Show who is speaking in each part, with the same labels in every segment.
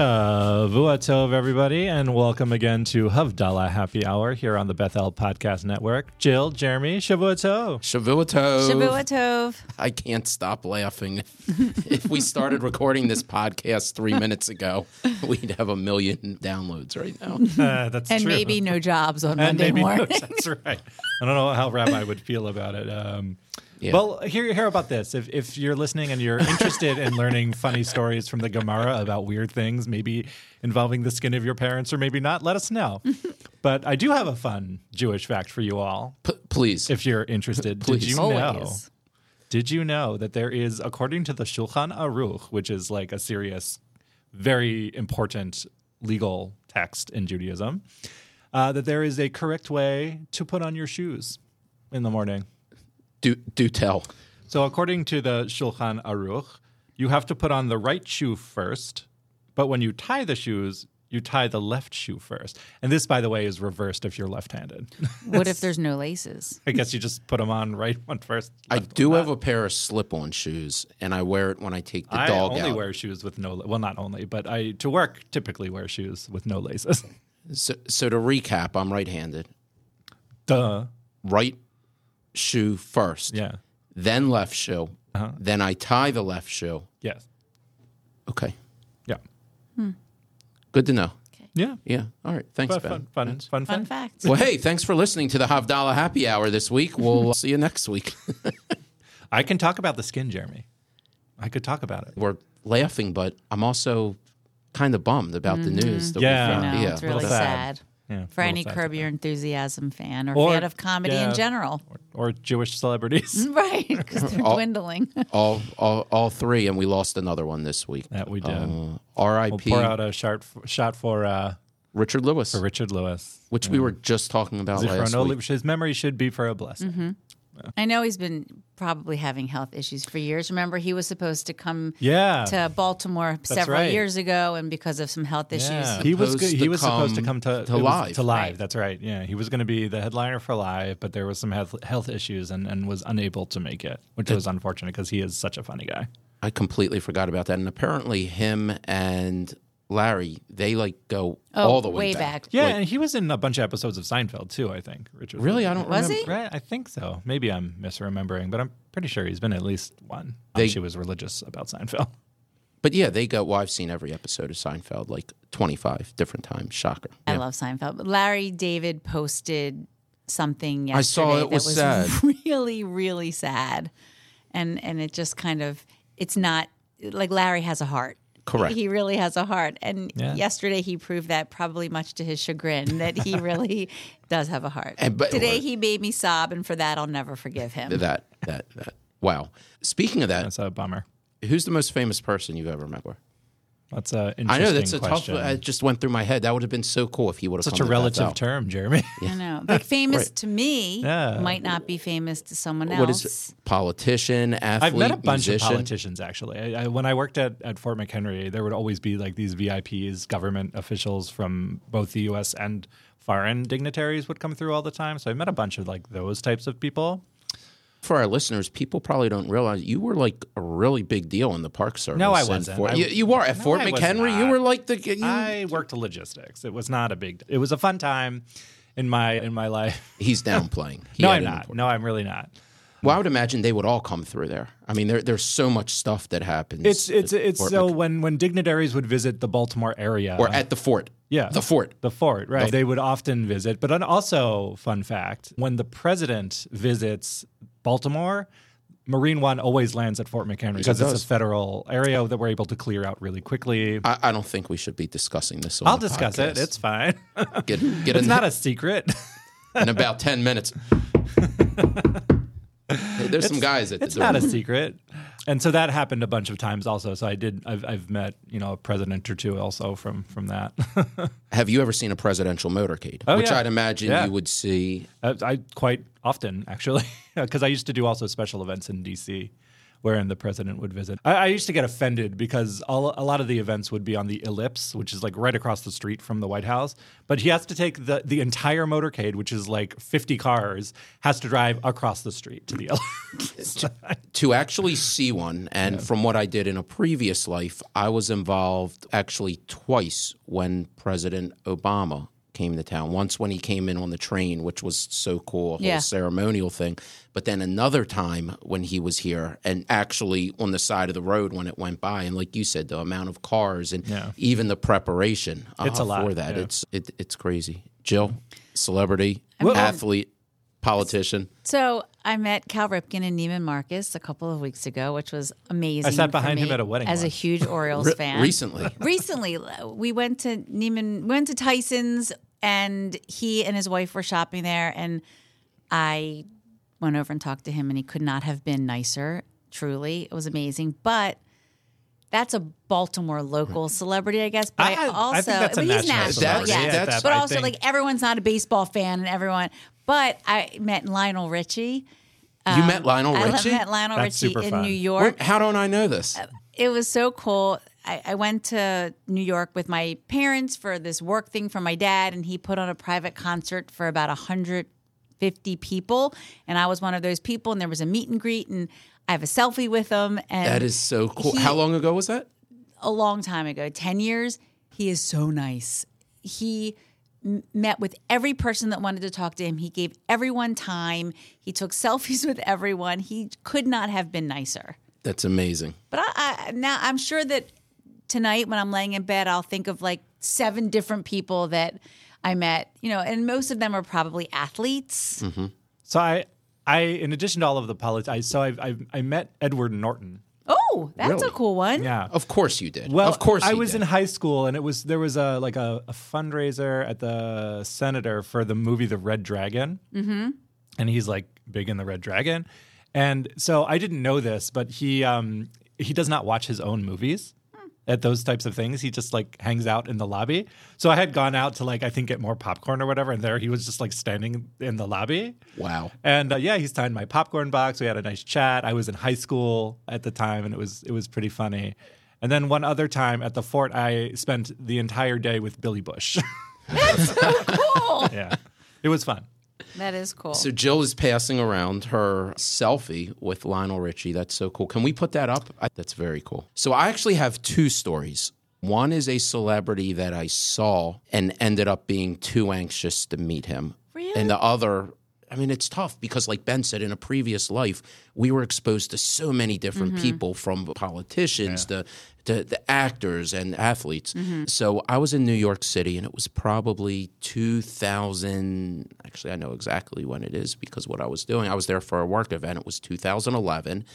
Speaker 1: Shavuatov, everybody, and welcome again to Havdalah Happy Hour here on the Bethel Podcast Network. Jill, Jeremy, Shavuatov.
Speaker 2: Shavua Tov.
Speaker 3: Shavua Tov.
Speaker 2: I can't stop laughing. if we started recording this podcast three minutes ago, we'd have a million downloads right now.
Speaker 1: Uh, that's
Speaker 3: And
Speaker 1: true.
Speaker 3: maybe no jobs on
Speaker 1: and
Speaker 3: Monday
Speaker 1: maybe
Speaker 3: morning.
Speaker 1: that's right. I don't know how Rabbi would feel about it. Um,
Speaker 2: Yeah.
Speaker 1: Well, hear, hear about this. If, if you're listening and you're interested in learning funny stories from the Gemara about weird things, maybe involving the skin of your parents or maybe not, let us know. but I do have a fun Jewish fact for you all,
Speaker 2: P- please.
Speaker 1: if you're interested. Did
Speaker 2: Please.
Speaker 1: you know?
Speaker 3: Always.
Speaker 1: Did you know that there is, according to the Shulchan Aruch, which is like a serious, very important legal text in Judaism, uh, that there is a correct way to put on your shoes in the morning?
Speaker 2: do, do tell.
Speaker 1: So, according to the Shulchan Aruch, you have to put on the right shoe first, but when you tie the shoes, you tie the left shoe first. And this, by the way, is reversed if you're left handed.
Speaker 3: What if there's no laces?
Speaker 1: I guess you just put them on right one first.
Speaker 2: I
Speaker 1: uh,
Speaker 2: do have a pair of slip on shoes, and I wear it when I take the
Speaker 1: I
Speaker 2: dog
Speaker 1: only
Speaker 2: out.
Speaker 1: wear shoes with no well, not only, but I to work typically wear shoes with no laces.
Speaker 2: so, so to recap, I'm right handed.
Speaker 1: Duh.
Speaker 2: Right shoe first,
Speaker 1: Yeah. Uh-huh.
Speaker 2: then left shoe. Then I tie the left shoe.
Speaker 1: Yes.
Speaker 2: Okay.
Speaker 1: Yeah.
Speaker 2: Good to know.
Speaker 1: Yeah.
Speaker 2: Yeah. All right. Thanks,
Speaker 1: Fun,
Speaker 2: Ben.
Speaker 1: fun, fun, fun,
Speaker 3: Fun
Speaker 1: fun.
Speaker 3: fact.
Speaker 2: Well, hey, thanks for listening to the Havdalah Happy Hour this week. We'll see you next week.
Speaker 1: I can talk about the skin, Jeremy. I could talk about it.
Speaker 2: We're laughing, but I'm also kind of bummed about the news. That
Speaker 1: Yeah.
Speaker 2: we
Speaker 3: Mm-hmm. No,
Speaker 2: found.
Speaker 3: it's really
Speaker 1: Little sad.
Speaker 3: sad.
Speaker 1: Yeah,
Speaker 3: For
Speaker 1: little
Speaker 3: any
Speaker 1: sad.
Speaker 3: Curb Your Enthusiasm fan or,
Speaker 1: Or-
Speaker 3: fan of comedy
Speaker 1: yeah.
Speaker 3: in general.
Speaker 1: or Jewish celebrities
Speaker 3: Right, because they're dwindling.
Speaker 2: all, all, all three, and we lost another one this week.
Speaker 1: that we did.
Speaker 2: Uh,
Speaker 1: we'll
Speaker 2: R.I.P.
Speaker 1: pour out a shot shot for uh,
Speaker 2: Richard Lewis,
Speaker 1: Richard Lewis.
Speaker 2: which we were just talking about
Speaker 1: For
Speaker 2: last
Speaker 1: no-
Speaker 2: week.
Speaker 1: his memory should be for a blessing.
Speaker 3: Mm-hmm. I know he's been probably having health issues for years. Remember, he was supposed to come
Speaker 1: Yeah.
Speaker 3: to Baltimore several
Speaker 1: right.
Speaker 3: years ago, and because of some health issues,
Speaker 1: Yeah. He was
Speaker 2: Supposed
Speaker 1: good-
Speaker 2: to
Speaker 1: he was supposed to
Speaker 2: come
Speaker 1: come to,
Speaker 2: to
Speaker 1: it was-
Speaker 2: Live.
Speaker 1: to live.
Speaker 3: Right.
Speaker 1: That's right. Yeah, he was going to be the headliner for live, but there was some health, health issues and, and was unable to make it, which was unfortunate because he is such a funny guy.
Speaker 2: I completely forgot about that. And apparently, him and Larry, they like go
Speaker 3: Oh,
Speaker 2: all the way,
Speaker 3: back.
Speaker 1: Yeah, and he was in a bunch of episodes of Seinfeld too. I think Richard
Speaker 2: Really, I don't
Speaker 3: Was
Speaker 2: remember.
Speaker 3: he?
Speaker 1: Right, I think so. Maybe I'm misremembering, but I'm pretty sure he's been at least one.
Speaker 2: They-
Speaker 1: she was religious about Seinfeld.
Speaker 2: But yeah, they go. Well, I've seen every episode of Seinfeld like 25 different times. Shocker.
Speaker 3: I love Seinfeld. But Larry David posted something yesterday
Speaker 2: I saw it
Speaker 3: that
Speaker 2: was
Speaker 3: was
Speaker 2: sad.
Speaker 3: really, really sad, and and it just kind of it's not like Larry has a heart.
Speaker 2: Correct.
Speaker 3: He really has a heart, and
Speaker 1: Yeah.
Speaker 3: yesterday he proved that, probably much to his chagrin, that he really does have a heart.
Speaker 2: And but-
Speaker 3: Today
Speaker 2: or-
Speaker 3: he made me sob, and for that I'll never forgive him.
Speaker 2: That that that. Wow. Speaking of that,
Speaker 1: That's a bummer.
Speaker 2: who's the most famous person you've ever met? With?
Speaker 1: That's uh, an interesting
Speaker 2: I know that's a
Speaker 1: question.
Speaker 2: tough. I just went through my head. That would have been so cool if he would have.
Speaker 1: Such a
Speaker 2: come to
Speaker 1: relative
Speaker 2: Bethel.
Speaker 1: term, Jeremy.
Speaker 3: I know, like famous to me
Speaker 1: Yeah.
Speaker 3: might not be famous to someone else.
Speaker 2: What is politician, athlete,
Speaker 1: I've met a bunch
Speaker 2: musician?
Speaker 1: of politicians actually. I, I, when I worked at, at Fort McHenry, there would always be like these VIPs, government officials from both the U.S. and foreign dignitaries would come through all the time. So I met a bunch of like those types of people.
Speaker 2: For our listeners, people probably don't realize you were like a really big deal in the Park Service.
Speaker 1: No, I
Speaker 2: and
Speaker 1: wasn't.
Speaker 2: Fort-
Speaker 1: I-
Speaker 2: you, you were at
Speaker 1: No,
Speaker 2: Fort
Speaker 1: I was
Speaker 2: McHenry. You
Speaker 1: not.
Speaker 2: were like the. You,
Speaker 1: I worked logistics. It was not a big. It was a fun time in my in my life.
Speaker 2: he's downplaying. He
Speaker 1: No, I'm
Speaker 2: had an
Speaker 1: not.
Speaker 2: important-
Speaker 1: No, I'm really not.
Speaker 2: Well, I would imagine they would all come through there. I mean, there, there's so much stuff that happens.
Speaker 1: It's it's
Speaker 2: at
Speaker 1: it's
Speaker 2: Fort
Speaker 1: so when when dignitaries would visit the Baltimore area
Speaker 2: or at the fort.
Speaker 1: Yeah.
Speaker 2: the fort.
Speaker 1: The fort, right. they would often visit. But an- also, fun fact when the president visits Baltimore, Marine One always lands at Fort McHenry because it's a federal area that we're able to clear out really quickly.
Speaker 2: I, I don't think we should be discussing this. On
Speaker 1: I'll
Speaker 2: the
Speaker 1: discuss it.
Speaker 2: podcast.
Speaker 1: It's fine.
Speaker 2: get, get
Speaker 1: it's
Speaker 2: in,
Speaker 1: not a secret.
Speaker 2: in about ten minutes. There's some guys at the
Speaker 1: it's not
Speaker 2: door.
Speaker 1: a secret. And so that happened a bunch of times also. So I did, I've, I've met, you know, a president or two also from from that.
Speaker 2: Have you ever seen a presidential motorcade? Which
Speaker 1: Oh, yeah.
Speaker 2: I'd imagine
Speaker 1: Yeah.
Speaker 2: you would see.
Speaker 1: Uh, I, I quite often actually, because I used to do also special events in DC wherein the president would visit. I, I used to get offended because all, a lot of the events would be on the ellipse, which is like right across the street from the White House. But he has to take the, the entire motorcade, which is like 50 cars, has to drive across the street to the ellipse.
Speaker 2: to actually see one and from what i did in a previous life i was involved actually twice when president obama came to town once when he came in on the train which was so cool a whole
Speaker 3: Yeah.
Speaker 2: ceremonial thing but then another time when he was here and actually on the side of the road when it went by and like you said the amount of cars and
Speaker 1: Yeah.
Speaker 2: even the preparation
Speaker 1: It's a
Speaker 2: uh,
Speaker 1: lot,
Speaker 2: for that
Speaker 1: yeah.
Speaker 2: it's it, it's crazy jill celebrity athlete politician
Speaker 3: So I met Cal Ripken and Neiman Marcus a couple of weeks ago, which was amazing.
Speaker 1: I sat
Speaker 3: for
Speaker 1: behind him
Speaker 3: me
Speaker 1: at a wedding
Speaker 3: as a
Speaker 1: once.
Speaker 3: huge Orioles
Speaker 2: Re-
Speaker 3: fan.
Speaker 2: recently
Speaker 3: recently we went to Neiman, we went to Tyson's, and he and his wife were shopping there, and I went over and talked to him, and he could not have been nicer. Truly, it was amazing, but. That's a Baltimore local celebrity, I guess. But
Speaker 1: I- I
Speaker 3: I,
Speaker 1: think
Speaker 3: also,
Speaker 1: that's a
Speaker 3: but he's
Speaker 1: national
Speaker 3: national,
Speaker 2: celebrity.
Speaker 3: yeah.
Speaker 2: Yeah, that's-
Speaker 3: but
Speaker 1: I
Speaker 3: also,
Speaker 1: think-
Speaker 3: like everyone's not a baseball fan, and everyone. But I met Lionel Richie.
Speaker 2: you met lionel
Speaker 3: Um, I
Speaker 2: richie
Speaker 3: met Lionel
Speaker 1: Oh, That's
Speaker 3: Richie
Speaker 1: super
Speaker 3: in
Speaker 1: fun.
Speaker 3: New
Speaker 2: Where-
Speaker 3: York. Uh,
Speaker 2: how don't I know this?
Speaker 3: It was so cool. I, I went to New York with my parents for this work thing for my dad, and he put on a private concert for about 150 people. And I was one of those people, and there was a meet and greet, and I have a selfie with him. And
Speaker 2: That is so cool.
Speaker 3: he-
Speaker 2: How long ago was that?
Speaker 3: a long time ago, 10 years. He is so nice. He m- met with every person that wanted to talk to him. He gave everyone time. He took selfies with everyone. He could not have been nicer.
Speaker 2: That's amazing.
Speaker 3: But I, I now I'm sure that tonight when I'm laying in bed, I'll think of like seven different people that I met. You know, and most of them are probably
Speaker 2: Hmm.
Speaker 3: athletes.
Speaker 1: so I, I, in addition to all of the politics, so I've, I've, I met Edward Norton.
Speaker 3: Oh, that's
Speaker 2: Really?
Speaker 3: a cool one.
Speaker 1: Yeah.
Speaker 2: Of course you did.
Speaker 1: Well,
Speaker 2: of course
Speaker 1: I
Speaker 2: you
Speaker 1: was
Speaker 2: did.
Speaker 1: in high school, and it was there was a like a, a fundraiser at the Senator for the movie The Red Dragon, mm-hmm. and he's like big in The Red Dragon, and so I didn't know this, but he um, he does not watch his own movies. At those types of things, he just like hangs out in the lobby. So I had gone out to like I think get more popcorn or whatever, and there he was just like standing in the lobby.
Speaker 2: Wow.
Speaker 1: And uh, yeah, he signed my popcorn box. We had a nice chat. I was in high school at the time, and it was it was pretty funny. And then one other time at the fort, I spent the entire day with Billy Bush.
Speaker 3: Cool.
Speaker 1: yeah, it was fun.
Speaker 3: that is cool.
Speaker 2: So Jill is passing around her selfie with Lionel Richie. That's so cool. Can we put that up? I, that's very cool. So I actually have two stories. One is a celebrity that I saw and ended up being too anxious to meet him.
Speaker 3: Really?
Speaker 2: And the other, I mean, it's tough because, like Ben said, in a previous life, we were exposed to so many different people from politicians to, to the actors and athletes. So I was in New York City and it was probably 2000. Actually, I know exactly when it is because what I was doing, I was there for a work event. It was 2011.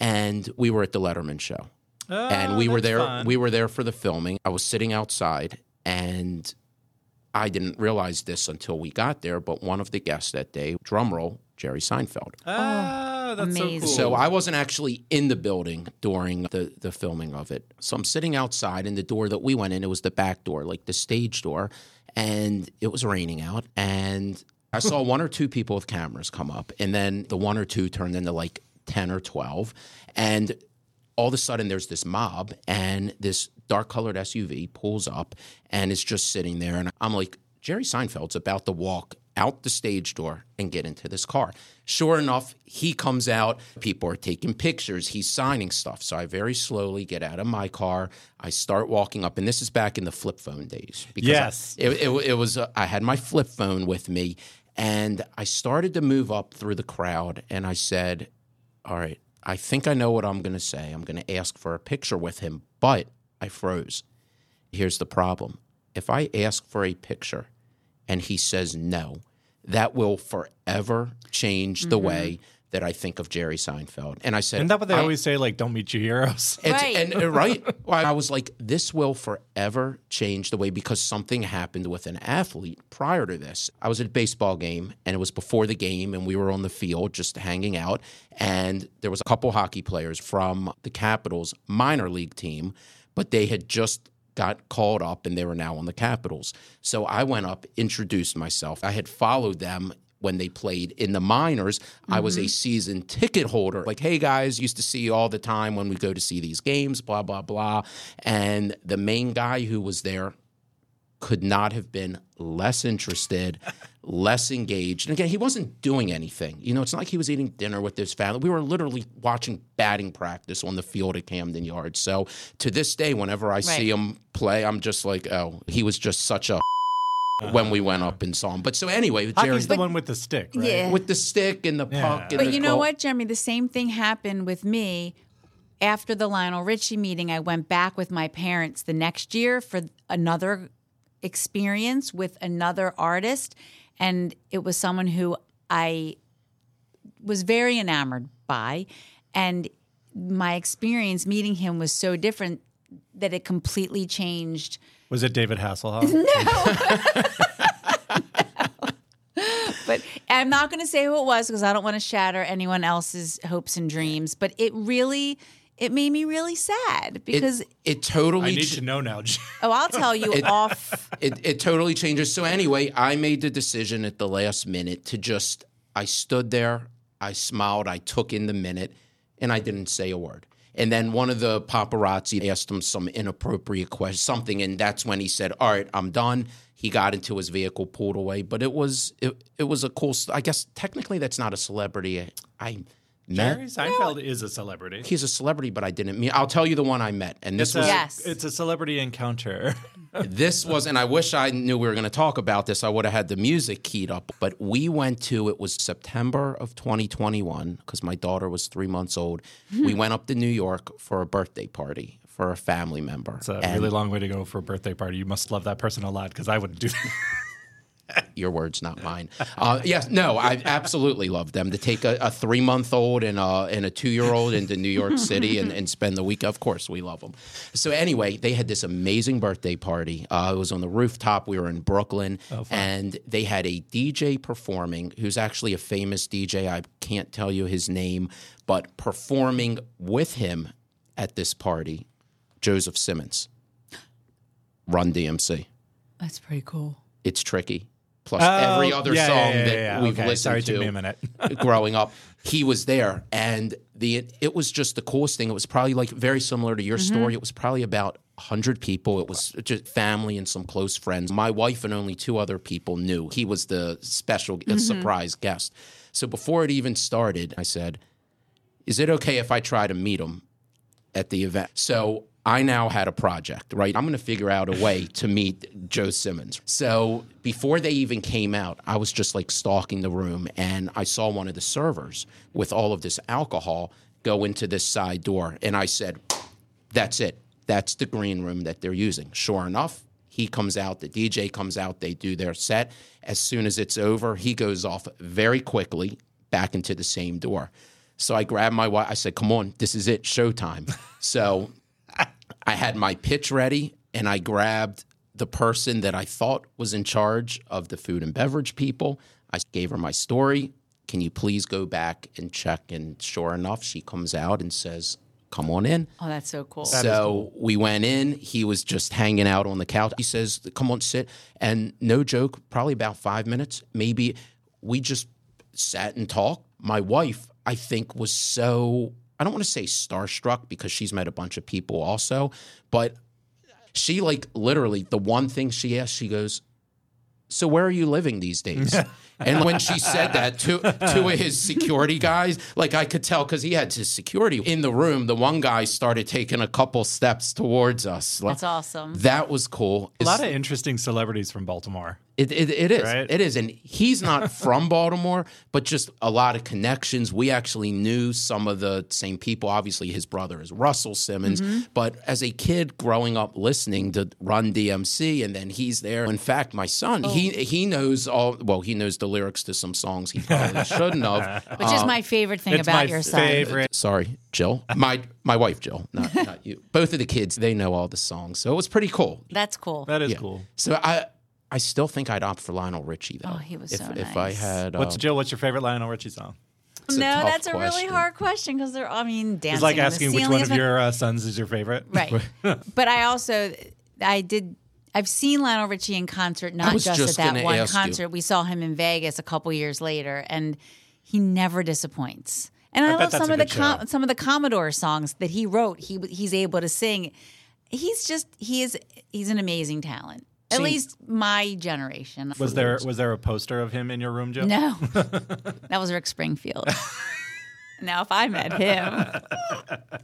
Speaker 2: And we were at the Letterman show and
Speaker 1: Oh,
Speaker 3: Oh,
Speaker 2: we were there we were there for the filming i was sitting outside and i didn't realize this until we got there but one of the guests that day drumroll jerry seinfeld
Speaker 1: Ah, that's
Speaker 3: Oh, Amazing.
Speaker 1: so
Speaker 2: so
Speaker 1: cool.
Speaker 2: I wasn't actually in the building during the, the filming of it. So I'm sitting outside, and the door that we went in, it was the back door, like the stage door, and it was raining out. And I saw one or two people with cameras come up, and then the one or two turned into like 10 or 12. And all of a sudden, there's this mob, and this dark colored SUV pulls up and is just sitting there. And I'm like, Jerry Seinfeld's about to walk out the stage door and get into this car. Sure enough, he comes out. People are taking pictures. He's signing stuff. So I very slowly get out of my car. I start walking up, and this is back in the flip phone days. Because
Speaker 1: Yes.
Speaker 2: I, it, it, it was. Uh, I had my flip phone with me, and I started to move up through the crowd, and I said, "All right, I think I know what I'm going to say. I'm going to ask for a picture with him." But I froze. Here's the problem. If I ask for a picture and he says no, that will forever change the way that I think of Jerry Seinfeld. And I said,
Speaker 1: Mm-hmm. Isn't that what they
Speaker 2: I-
Speaker 1: always say? Like, don't meet your heroes.
Speaker 2: it's,
Speaker 3: Right.
Speaker 2: And, uh, right. Well, I was like, this will forever change the way because something happened with an athlete prior to this. I was at a baseball game and it was before the game and we were on the field just hanging out. And there was a couple hockey players from the Capitals minor league team, but they had just got called up and they were now on the Capitals. So I went up, introduced myself. I had followed them when they played in the minors. I was a season ticket holder. Like, hey guys, used to see you all the time when we go to see these games, blah, blah, blah. And the main guy who was there could not have been less interested, less engaged. And again, he wasn't doing anything. You know, it's not like he was eating dinner with his family. We were literally watching batting practice on the field at Camden Yards. So to this day, whenever I see him play, I'm just like, oh, he was just such a
Speaker 1: Uh-huh.
Speaker 2: when we went up and saw him. But so anyway, Jerry,
Speaker 1: Hockey's the one with the stick, right?
Speaker 3: Yeah.
Speaker 2: with the stick and the puck. And
Speaker 3: But
Speaker 2: the
Speaker 3: you know
Speaker 2: goal-
Speaker 3: what, Jeremy? The same thing happened with me after the Lionel Richie meeting. I went back with my parents the next year for another experience with another artist, and it was someone who I was very enamored by. And my experience meeting him was so different that it completely changed.
Speaker 1: Was it David Hasselhoff?
Speaker 3: But I'm not going to say who it was because I don't want to shatter anyone else's hopes and dreams. But it really, it made me really sad because
Speaker 2: It totally
Speaker 1: I need
Speaker 2: ch-
Speaker 1: to know now.
Speaker 3: Oh, I'll tell you off.
Speaker 2: it, it totally changes. So anyway, I made the decision at the last minute to just I stood there, I smiled, I took in the minute, and I didn't say a word. And then one of the paparazzi asked him some inappropriate question, something, and that's when he said, "All right, I'm done." He got into his vehicle, pulled away. But it was it, it was a cool. s- I guess technically that's not a celebrity. I met.
Speaker 1: Jerry Seinfeld is a celebrity.
Speaker 2: He's a celebrity, but I didn't mean. I'll tell you the one I met, and this
Speaker 1: It's
Speaker 2: was
Speaker 1: a-
Speaker 3: Yes.
Speaker 1: It's a celebrity encounter.
Speaker 2: this was, and I wish I knew we were going to talk about this. I would have had the music keyed up. But we went to, it was September of 2021, because my daughter was three months old. We went up to New York for a birthday party for a family member.
Speaker 1: It's a
Speaker 2: And
Speaker 1: really long way to go for a birthday party. You must love that person a lot because I wouldn't do that.
Speaker 2: your words, not mine. Uh, yes, no, I absolutely love them. To take a, a three month old and a, and a two year old into New York City and, and spend the week, of course, we love them. So, anyway, they had this amazing birthday party. Uh, it was on the rooftop. We were in Brooklyn, and they had a DJ performing who's actually a famous DJ. I can't tell you his name, but performing with him at this party, Joseph Simmons, Run DMC
Speaker 3: That's pretty cool.
Speaker 2: it's tricky. Plus every
Speaker 3: Oh.
Speaker 1: Oh,
Speaker 2: other song that we've listened
Speaker 1: Sorry,
Speaker 2: to
Speaker 1: took me a minute.
Speaker 2: growing up. He was there, and the it was just the coolest thing. It was probably like very similar to your
Speaker 1: Mm-hmm.
Speaker 2: story. It was probably about hundred people. It was just family and some close friends. My wife and only two other people knew he was the special uh,
Speaker 1: Mm-hmm.
Speaker 2: surprise guest. So before it even started, I said, "Is it okay if I try to meet him at the event. So I now had a project, right? I'm going to figure out a way to meet Joe Simmons. So before they even came out, I was just like stalking the room and I saw one of the servers with all of this alcohol go into this side door. And I said, that's it. That's the green room that they're using. Sure enough, he comes out, the DJ comes out, they do their set. As soon as it's over, he goes off very quickly back into the same door. So I grabbed my wife. I said, Come on, this is it, showtime. So I had my pitch ready and I grabbed the person that I thought was in charge of the food and beverage people. I gave her my story. Can you please go back and check? And sure enough, she comes out and says, Come on in
Speaker 3: Oh, that's so cool.
Speaker 2: so we went in. He was just hanging out on the couch. He says, "Come on, sit." And no joke, probably about five minutes, maybe. We just sat and talked. My wife, I think, was so I don't want to say starstruck because she's met a bunch of people also, but she like literally the one thing she asked, she goes, so where are you living these days? and when she said that to two of his security guys, like I could tell because he had his security in the room. The one guy started taking a couple steps towards us. Like,
Speaker 3: That's awesome.
Speaker 2: That was cool.
Speaker 1: a lot of interesting celebrities from Baltimore.
Speaker 2: It, it, it is.
Speaker 1: Right?
Speaker 2: It is. And he's not from Baltimore, but just a lot of connections. We actually knew some of the same people. Obviously, his brother is Russell Simmons. But as a kid growing up listening to Run DMC, and then he's there. In fact, my son, he he knows all, well, he knows the lyrics to some songs he probably shouldn't have.
Speaker 3: Which is my favorite thing
Speaker 1: It's
Speaker 3: about
Speaker 1: my
Speaker 3: your son.
Speaker 1: favorite.
Speaker 2: Sorry, Jill. My my wife, Jill, not, not you. Both of the kids, they know all the songs. So it was pretty cool.
Speaker 3: That's cool.
Speaker 1: That is cool.
Speaker 2: So I I still think I'd opt for Lionel Richie though.
Speaker 3: Oh, he was
Speaker 2: if,
Speaker 3: so
Speaker 2: If I
Speaker 3: nice.
Speaker 2: had
Speaker 1: What's
Speaker 2: um,
Speaker 1: Jill? What's your favorite Lionel Richie song?
Speaker 2: it's a
Speaker 3: no,
Speaker 2: tough
Speaker 3: that's a really
Speaker 2: question.
Speaker 3: hard question because they're. I mean, dancing.
Speaker 1: It's like
Speaker 3: on the
Speaker 1: asking which
Speaker 3: ceiling
Speaker 1: one
Speaker 3: is
Speaker 1: of your uh, sons is your favorite.
Speaker 3: right. but I also, I did I've seen Lionel Richie in concert, not
Speaker 2: was
Speaker 3: just,
Speaker 2: just
Speaker 3: at that
Speaker 2: gonna
Speaker 3: one
Speaker 2: ask you.
Speaker 3: concert. We saw him in Vegas a couple years later, and he never disappoints. And I,
Speaker 1: bet
Speaker 3: love
Speaker 1: that's
Speaker 3: some
Speaker 1: a
Speaker 3: of the
Speaker 1: good show.
Speaker 3: some of the Commodore songs that he wrote. He he's able to sing. He's just he is he's an amazing talent. At
Speaker 2: See-
Speaker 3: least my generation.
Speaker 1: Was there was there a poster of him in your room, Joe?
Speaker 3: No, that was Rick Springfield. now, if I met him,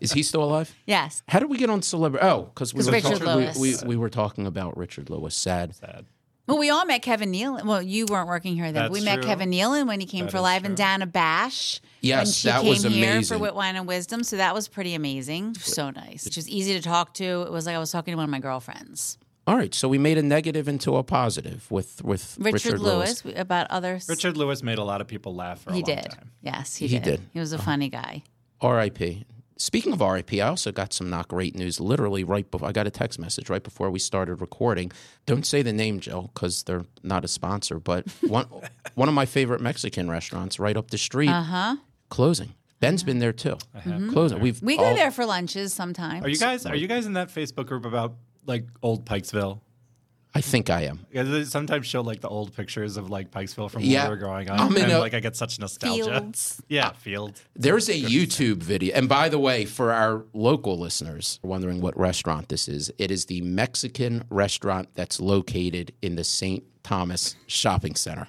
Speaker 2: Is he still alive?
Speaker 3: yes,
Speaker 2: How did we get on celebrity? Oh, because we,
Speaker 3: 'Cause
Speaker 2: were
Speaker 3: Richard
Speaker 2: talking- we-
Speaker 3: Lewis.
Speaker 2: we, we were talking about Richard Lewis. Sad.
Speaker 1: Sad.
Speaker 3: Well, we all met Kevin Nealon. Well, you weren't working here then.
Speaker 1: That's
Speaker 3: we met
Speaker 1: true.
Speaker 3: Kevin Nealon when he came
Speaker 1: That
Speaker 3: for
Speaker 1: is
Speaker 3: Live
Speaker 1: true.
Speaker 3: and Dana Bash. when
Speaker 2: Yes,
Speaker 3: she
Speaker 2: that
Speaker 3: came
Speaker 2: was
Speaker 3: here
Speaker 2: amazing.
Speaker 3: for Wit Wine and Wisdom, so that was pretty amazing. So nice. She was easy to talk to. It was like I was talking to one of my girlfriends,
Speaker 2: All right, so we made a negative into a positive with with
Speaker 3: Richard,
Speaker 2: Richard,
Speaker 3: Lewis, about others.
Speaker 1: Richard Lewis made a lot of people laugh for a
Speaker 3: he
Speaker 1: long
Speaker 3: did.
Speaker 1: time.
Speaker 3: Yes, he,
Speaker 2: He
Speaker 3: did.
Speaker 2: did. Uh-huh.
Speaker 3: He was a funny guy.
Speaker 2: R.I.P. Speaking of R.I.P., I also got some not great news. Literally right before I got a text message right before we started recording. Don't say the name, Joe, because they're not a sponsor. But one one of my favorite Mexican restaurants right up the street
Speaker 3: Uh huh.
Speaker 2: closing. Ben's been there too. Closing. We've
Speaker 3: Mm-hmm. We go
Speaker 2: all-
Speaker 3: there for lunches sometimes.
Speaker 1: Are you guys are you guys in that Facebook group about like old Pikesville?
Speaker 2: I think I am.
Speaker 1: Because they sometimes show like the old pictures of like Pikesville from
Speaker 2: Yeah.
Speaker 1: when we were growing up,
Speaker 2: I'm in
Speaker 1: and
Speaker 2: a-
Speaker 1: like I get such nostalgia.
Speaker 3: Fields.
Speaker 1: Yeah, field.
Speaker 2: There's a YouTube video. And by the way, for our local listeners wondering what restaurant this is, it is the Mexican restaurant that's located in the St. Thomas Shopping Center,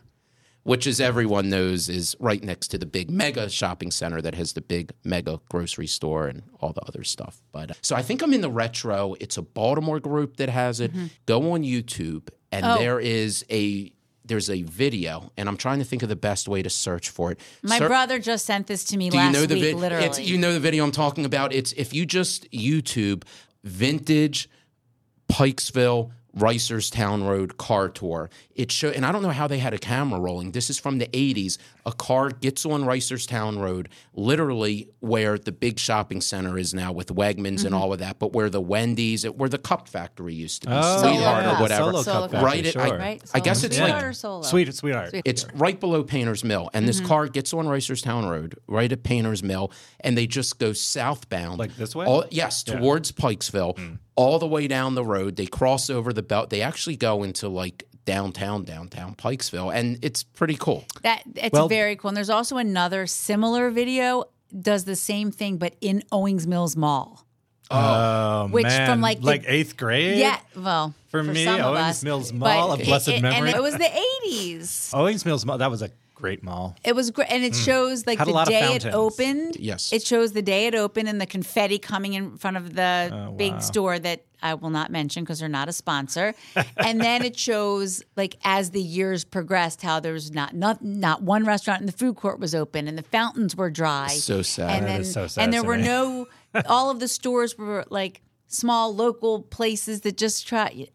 Speaker 2: which, as everyone knows, is right next to the big mega shopping center that has the big mega grocery store and all the other stuff. But uh, so I think I'm in the retro. It's a Baltimore group that has it. Go on YouTube, and there is a. There's a video, and I'm trying to think of the best way to search for it.
Speaker 3: My
Speaker 2: Ser-
Speaker 3: brother just sent this to me
Speaker 2: do
Speaker 3: last
Speaker 2: you know the
Speaker 3: week,
Speaker 2: video?
Speaker 3: literally.
Speaker 2: It's, you know the video I'm talking about. It's if you just YouTube vintage Pikesville Ricerstown Road car tour. It show, and I don't know how they had a camera rolling. This is from the 80s. A car gets on Ricerstown Road, literally where the big shopping center is now with Wegmans
Speaker 3: Mm-hmm.
Speaker 2: and all of that, but where the Wendy's, where the Cup Factory used to be,
Speaker 1: Oh,
Speaker 2: Sweetheart
Speaker 3: yeah.
Speaker 2: or whatever.
Speaker 1: Solo
Speaker 3: Solo
Speaker 1: cup
Speaker 3: cup.
Speaker 1: factory,
Speaker 2: Right, it- I-
Speaker 1: sure.
Speaker 3: right?
Speaker 2: I guess it's
Speaker 3: Sweetheart
Speaker 2: like-
Speaker 3: or solo.
Speaker 1: Sweet, sweetheart.
Speaker 2: It's right below Painter's Mill, and this car gets on Racerstown Road, right at Painter's Mill, and they just go southbound,
Speaker 1: Like this way?
Speaker 2: All, yes, towards Pikesville, all the way down the road. They cross over the belt. They actually go into like downtown, downtown Pikesville, and it's pretty cool.
Speaker 3: That it's
Speaker 1: Well-
Speaker 3: very cool. And there's also another similar video does the same thing, but in Owings Mills Mall.
Speaker 1: Oh
Speaker 3: Which
Speaker 1: man,
Speaker 3: from, like, the-
Speaker 1: eighth grade.
Speaker 3: Yeah, well,
Speaker 1: For me,
Speaker 3: some of
Speaker 1: Owings
Speaker 3: us,
Speaker 1: Mills
Speaker 3: but
Speaker 1: Mall, a blessed
Speaker 3: it, it,
Speaker 1: memory.
Speaker 3: And it was the '80s.
Speaker 1: Owings Mills Mall. That was a great mall.
Speaker 3: It was great, and it shows like
Speaker 1: Hmm. Had a
Speaker 3: the
Speaker 1: lot of
Speaker 3: day it
Speaker 1: fountains.
Speaker 3: opened.
Speaker 2: Yes.
Speaker 3: it shows the day it opened and the confetti coming in front of the
Speaker 1: Oh,
Speaker 3: big store that I will not mention because they're not a sponsor. and then it shows like as the years progressed how there was not not not one restaurant in the food court was open and the fountains were dry.
Speaker 2: So sad.
Speaker 3: And
Speaker 1: That
Speaker 3: then
Speaker 1: is so sad
Speaker 3: and there
Speaker 1: to
Speaker 3: were
Speaker 1: me.
Speaker 3: no all of the stores were like small local places that just try.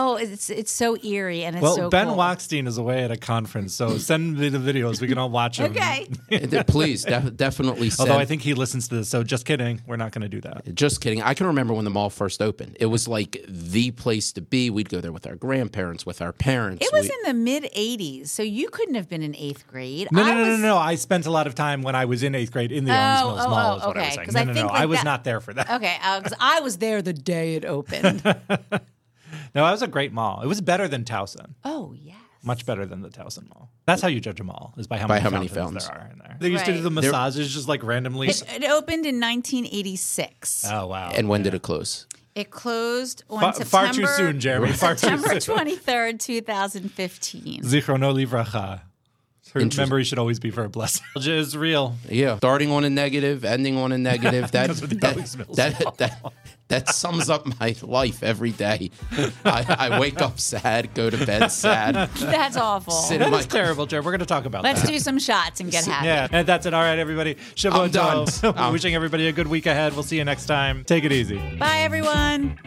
Speaker 3: Oh, it's it's so eerie and it's
Speaker 1: Well,
Speaker 3: so
Speaker 1: Ben
Speaker 3: cool.
Speaker 1: Lockstein is away at a conference, so send me the videos. We can all watch them.
Speaker 3: Okay.
Speaker 2: Please, def- definitely. Send.
Speaker 1: Although I think he listens to this, so just kidding. We're not going to do that.
Speaker 2: Just kidding. I can remember when the mall first opened. It was like the place to be. We'd go there with our grandparents, with our parents.
Speaker 3: It
Speaker 2: We-
Speaker 3: was in the mid 80s, so you couldn't have been in eighth grade.
Speaker 1: No,
Speaker 3: I
Speaker 1: no, no, no,
Speaker 3: was-
Speaker 1: no. I spent a lot of time when I was in eighth grade in the Owings
Speaker 3: Oh,
Speaker 1: Mills
Speaker 3: oh,
Speaker 1: Mall.
Speaker 3: oh,
Speaker 1: is what I
Speaker 3: okay,
Speaker 1: was saying.
Speaker 3: 'cause
Speaker 1: No,
Speaker 3: I
Speaker 1: no, no.
Speaker 3: think
Speaker 1: I
Speaker 3: like
Speaker 1: was
Speaker 3: that- Oh.
Speaker 1: not there for that.
Speaker 3: Okay, because I was there the day it opened.
Speaker 1: No, that was a great mall. It was better than Towson.
Speaker 3: oh, yes.
Speaker 1: Much better than the Towson Mall. That's how you judge a mall is by how
Speaker 2: By
Speaker 1: many
Speaker 2: how many
Speaker 1: fountains, there
Speaker 2: fountains.
Speaker 1: are in there. They used to do
Speaker 3: Right.
Speaker 1: the massages just like randomly.
Speaker 3: It, it opened in 1986.
Speaker 1: oh wow!
Speaker 2: and when did it close?
Speaker 3: it closed on
Speaker 1: Fa-
Speaker 3: September,
Speaker 1: far too soon, Jeremy. Far too
Speaker 3: September
Speaker 1: soon.
Speaker 3: 23rd, 2015.
Speaker 1: Zichrono livracha. Her memory should always be for a blessing. Nostalgia is real.
Speaker 2: Yeah, starting on a negative, ending on a negative. That that, that, that that sums up my life every day. I, I wake up sad, go to bed sad.
Speaker 3: That's awful.
Speaker 2: Sit-
Speaker 1: That
Speaker 2: My-
Speaker 1: is terrible, Jeremy. We're going to talk about
Speaker 3: Let's
Speaker 1: that.
Speaker 3: do some shots and get happy.
Speaker 1: Yeah, and that's it. All right, everybody. Shabbat
Speaker 2: I'm done.
Speaker 1: Shalom.
Speaker 2: I'm-
Speaker 1: Wishing everybody a good week ahead. We'll see you next time. Take it easy.
Speaker 3: Bye, everyone.